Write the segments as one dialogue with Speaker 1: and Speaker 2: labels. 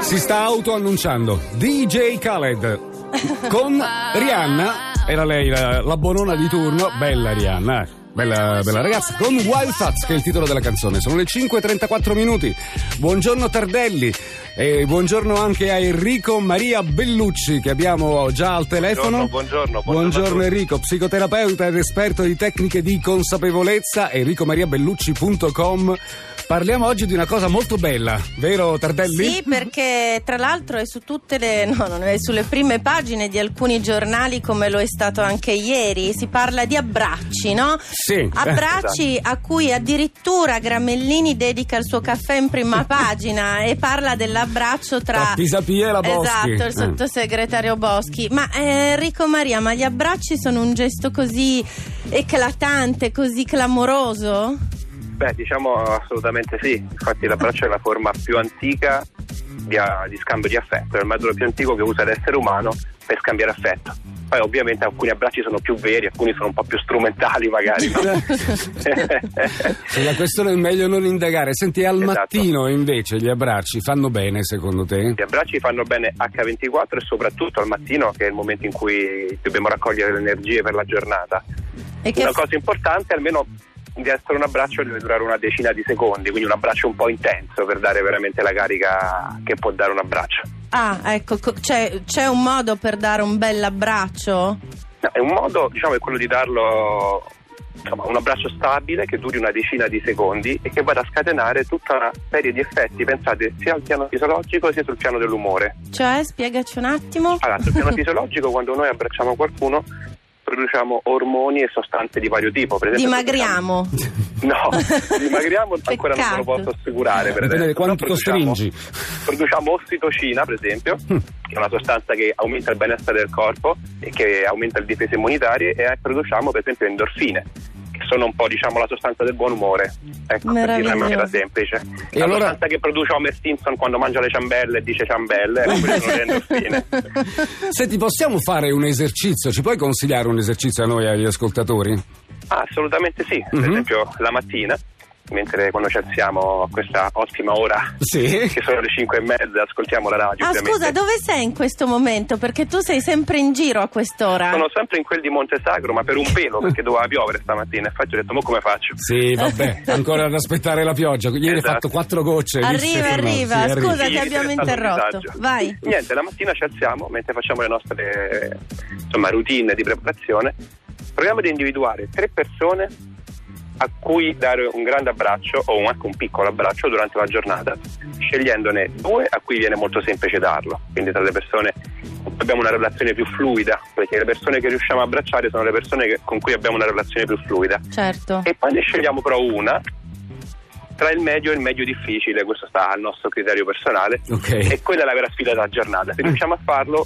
Speaker 1: si sta autoannunciando. DJ Khaled con Rihanna, era lei la, la bonona di turno, bella Rihanna. eh. Bella, bella ragazza, con Wild Fats, che è il titolo della canzone. Sono le 5.34 minuti. Buongiorno Tardelli e buongiorno anche a Enrico Maria Bellucci che abbiamo già al telefono.
Speaker 2: Buongiorno, buongiorno, buongiorno a
Speaker 1: Buongiorno
Speaker 2: tutti.
Speaker 1: Enrico, psicoterapeuta ed esperto di tecniche di consapevolezza, enricomariabellucci.com. Parliamo oggi di una cosa molto bella, vero Tardelli?
Speaker 3: Sì, perché tra l'altro è su tutte le no, non è sulle prime pagine di alcuni giornali come lo è stato anche ieri, si parla di abbracci, no?
Speaker 1: Sì.
Speaker 3: Abbracci a cui addirittura Gramellini dedica il suo caffè in prima pagina e parla dell'abbraccio tra
Speaker 1: Tra Pisapia e la Boschi.
Speaker 3: Esatto,
Speaker 1: Eh.
Speaker 3: il sottosegretario Boschi. Ma eh, Enrico Maria, ma gli abbracci sono un gesto così eclatante, così clamoroso?
Speaker 2: Beh, diciamo assolutamente sì. Infatti, l'abbraccio è la forma più antica di, di scambio di affetto, è il metodo più antico che usa l'essere umano per scambiare affetto. Poi, ovviamente, alcuni abbracci sono più veri, alcuni sono un po' più strumentali, magari. no?
Speaker 1: Sulla questione è meglio non indagare. Senti, al
Speaker 2: Esatto.
Speaker 1: mattino invece gli abbracci fanno bene secondo te?
Speaker 2: Gli abbracci fanno bene H24 e soprattutto al mattino, che è il momento in cui dobbiamo raccogliere le energie per la giornata.
Speaker 3: E che
Speaker 2: Una cosa importante, almeno dietro un abbraccio deve durare una decina di secondi, quindi un abbraccio un po' intenso per dare veramente la carica che può dare un abbraccio.
Speaker 3: Ah, ecco, co- c'è, c'è un modo per dare un bell'abbraccio?
Speaker 2: No, è un modo, diciamo, è quello di darlo insomma, un abbraccio stabile che duri una decina di secondi e che vada a scatenare tutta una serie di effetti, pensate, sia al piano fisiologico sia sul piano dell'umore.
Speaker 3: Cioè, spiegaci un attimo.
Speaker 2: Allora, sul piano fisiologico, quando noi abbracciamo qualcuno, produciamo ormoni e sostanze di vario tipo. Per esempio,
Speaker 3: Dimagriamo.
Speaker 2: No, dimagriamo ancora non
Speaker 3: Peccato.
Speaker 2: te lo posso assicurare. Per
Speaker 1: Dipende da
Speaker 2: adesso,
Speaker 1: quanto
Speaker 2: però produciamo-
Speaker 1: costringi.
Speaker 2: Produciamo ossitocina, per esempio,
Speaker 1: Mm.
Speaker 2: che è una sostanza che aumenta il benessere del corpo e che aumenta le difese immunitarie, e eh, produciamo, per esempio, endorfine. Che sono un po' diciamo la sostanza del buon umore, ecco, per dire in una maniera
Speaker 3: Meraviglioso.
Speaker 2: semplice.
Speaker 1: E
Speaker 2: la
Speaker 1: allora-
Speaker 2: sostanza che produce Homer Simpson quando mangia le ciambelle e dice ciambelle, ecco, quelle sono le endorfine.
Speaker 1: Senti, possiamo fare un esercizio? Ci puoi consigliare un esercizio a noi, agli ascoltatori?
Speaker 2: Ah, assolutamente sì. Per
Speaker 1: Mhm.
Speaker 2: esempio, la mattina, mentre quando ci alziamo a questa ottima ora,
Speaker 1: Sì.
Speaker 2: che sono le 5 e mezza, ascoltiamo la radio.
Speaker 3: Ah,
Speaker 2: ovviamente.
Speaker 3: scusa, dove sei in questo momento? Perché tu sei sempre in giro a quest'ora.
Speaker 2: Sono sempre in quel di Monte Sacro, ma per un pelo, perché doveva piovere stamattina. Infatti ho detto, ma come faccio?
Speaker 1: Sì, vabbè, ancora ad aspettare la pioggia. Ieri hai
Speaker 2: Esatto.
Speaker 1: fatto quattro gocce. viste?
Speaker 3: Arriva, arriva.
Speaker 1: Sì, arriva.
Speaker 3: Scusa,
Speaker 2: Sì,
Speaker 3: ti abbiamo
Speaker 2: è stato un
Speaker 3: interrotto.
Speaker 2: disagio.
Speaker 3: Vai.
Speaker 2: Niente, la mattina ci alziamo, mentre facciamo le nostre eh, insomma, routine di preparazione, proviamo ad individuare tre persone a cui dare un grande abbraccio o anche un piccolo abbraccio durante la giornata, scegliendone due a cui viene molto semplice darlo, quindi tra le persone abbiamo una relazione più fluida, perché le persone che riusciamo a abbracciare sono le persone che- con cui abbiamo una relazione più fluida.
Speaker 3: Certo.
Speaker 2: E poi ne scegliamo però una tra il medio e il medio difficile, questo sta al nostro criterio personale,
Speaker 1: Ok. Eh.
Speaker 2: e quella è la vera sfida della giornata. Se riusciamo a farlo,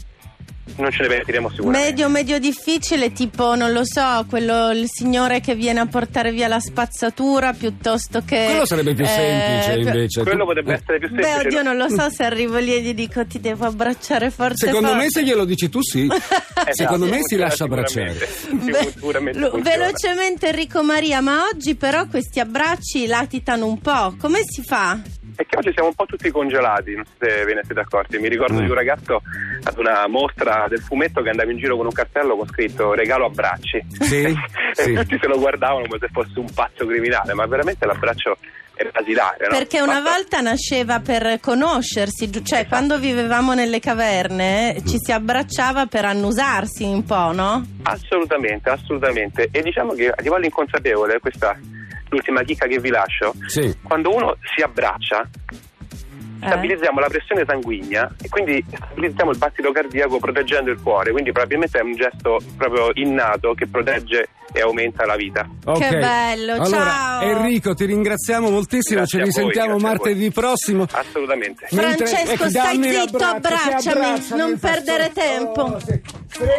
Speaker 2: non ce ne pentiremo sicuramente.
Speaker 3: Medio, medio difficile, tipo, non lo so, quello il signore che viene a portare via la spazzatura piuttosto che.
Speaker 1: Quello sarebbe più
Speaker 3: eh,
Speaker 1: semplice
Speaker 3: più-
Speaker 1: invece.
Speaker 2: Quello
Speaker 1: Tu-
Speaker 2: potrebbe
Speaker 1: eh,
Speaker 2: essere più
Speaker 3: Beh,
Speaker 2: semplice.
Speaker 3: oddio,
Speaker 2: no?
Speaker 3: non lo so se arrivo lì e gli dico ti devo abbracciare forte.
Speaker 1: Secondo
Speaker 3: forte.
Speaker 1: me se glielo dici tu sì.
Speaker 2: Esatto,
Speaker 1: Secondo me si
Speaker 2: funziona
Speaker 1: lascia abbracciare.
Speaker 2: sicuramente. Sì,
Speaker 3: Beh,
Speaker 2: sicuramente
Speaker 3: lo-
Speaker 2: funziona.
Speaker 3: velocemente Enrico Maria, ma oggi però questi abbracci latitano un po'. Come si fa?
Speaker 2: È che oggi siamo un po' tutti congelati, non so se ve ne siete accorti. Mi ricordo
Speaker 1: Mm.
Speaker 2: di un ragazzo ad una mostra del fumetto che andava in giro con un cartello con scritto regalo abbracci.
Speaker 1: Sì,
Speaker 2: e
Speaker 1: sì.
Speaker 2: tutti se lo guardavano come se fosse un pazzo criminale, ma veramente l'abbraccio è basilare. no?
Speaker 3: Perché
Speaker 2: Basta-
Speaker 3: una
Speaker 2: Esatto.
Speaker 3: volta nasceva per conoscersi, giu- cioè quando vivevamo nelle caverne eh, ci si abbracciava per annusarsi un po', no?
Speaker 2: Assolutamente, assolutamente. E diciamo che a livello inconsapevole, questa è l'ultima chicca che vi lascio,
Speaker 1: Sì.
Speaker 2: quando uno si abbraccia,
Speaker 3: Eh.
Speaker 2: stabilizziamo la pressione sanguigna e quindi stabilizziamo il battito cardiaco proteggendo il cuore, quindi probabilmente è un gesto proprio innato che protegge e aumenta la vita.
Speaker 1: Ok.
Speaker 3: Che bello,
Speaker 1: allora,
Speaker 3: ciao.
Speaker 1: Enrico, ti ringraziamo moltissimo.
Speaker 2: Grazie
Speaker 1: Ci
Speaker 2: a voi,
Speaker 1: risentiamo
Speaker 2: grazie a voi.
Speaker 1: martedì prossimo.
Speaker 2: Assolutamente.
Speaker 1: Mentre-
Speaker 3: Francesco,
Speaker 1: ecco,
Speaker 3: stai
Speaker 1: dammi
Speaker 3: zitto,
Speaker 1: l'abbraccio, sì,
Speaker 3: abbracciami,
Speaker 1: abbracciami,
Speaker 3: non
Speaker 1: fai
Speaker 3: perdere
Speaker 1: sto-
Speaker 3: tempo.
Speaker 1: Oh, sì. Prendi,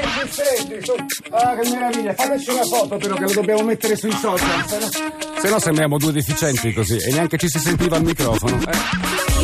Speaker 1: prendi, su. Ah, che meraviglia. Fateci una foto però che lo dobbiamo mettere sui social. Se no sembriamo due deficienti così e neanche ci si sentiva al microfono. eh.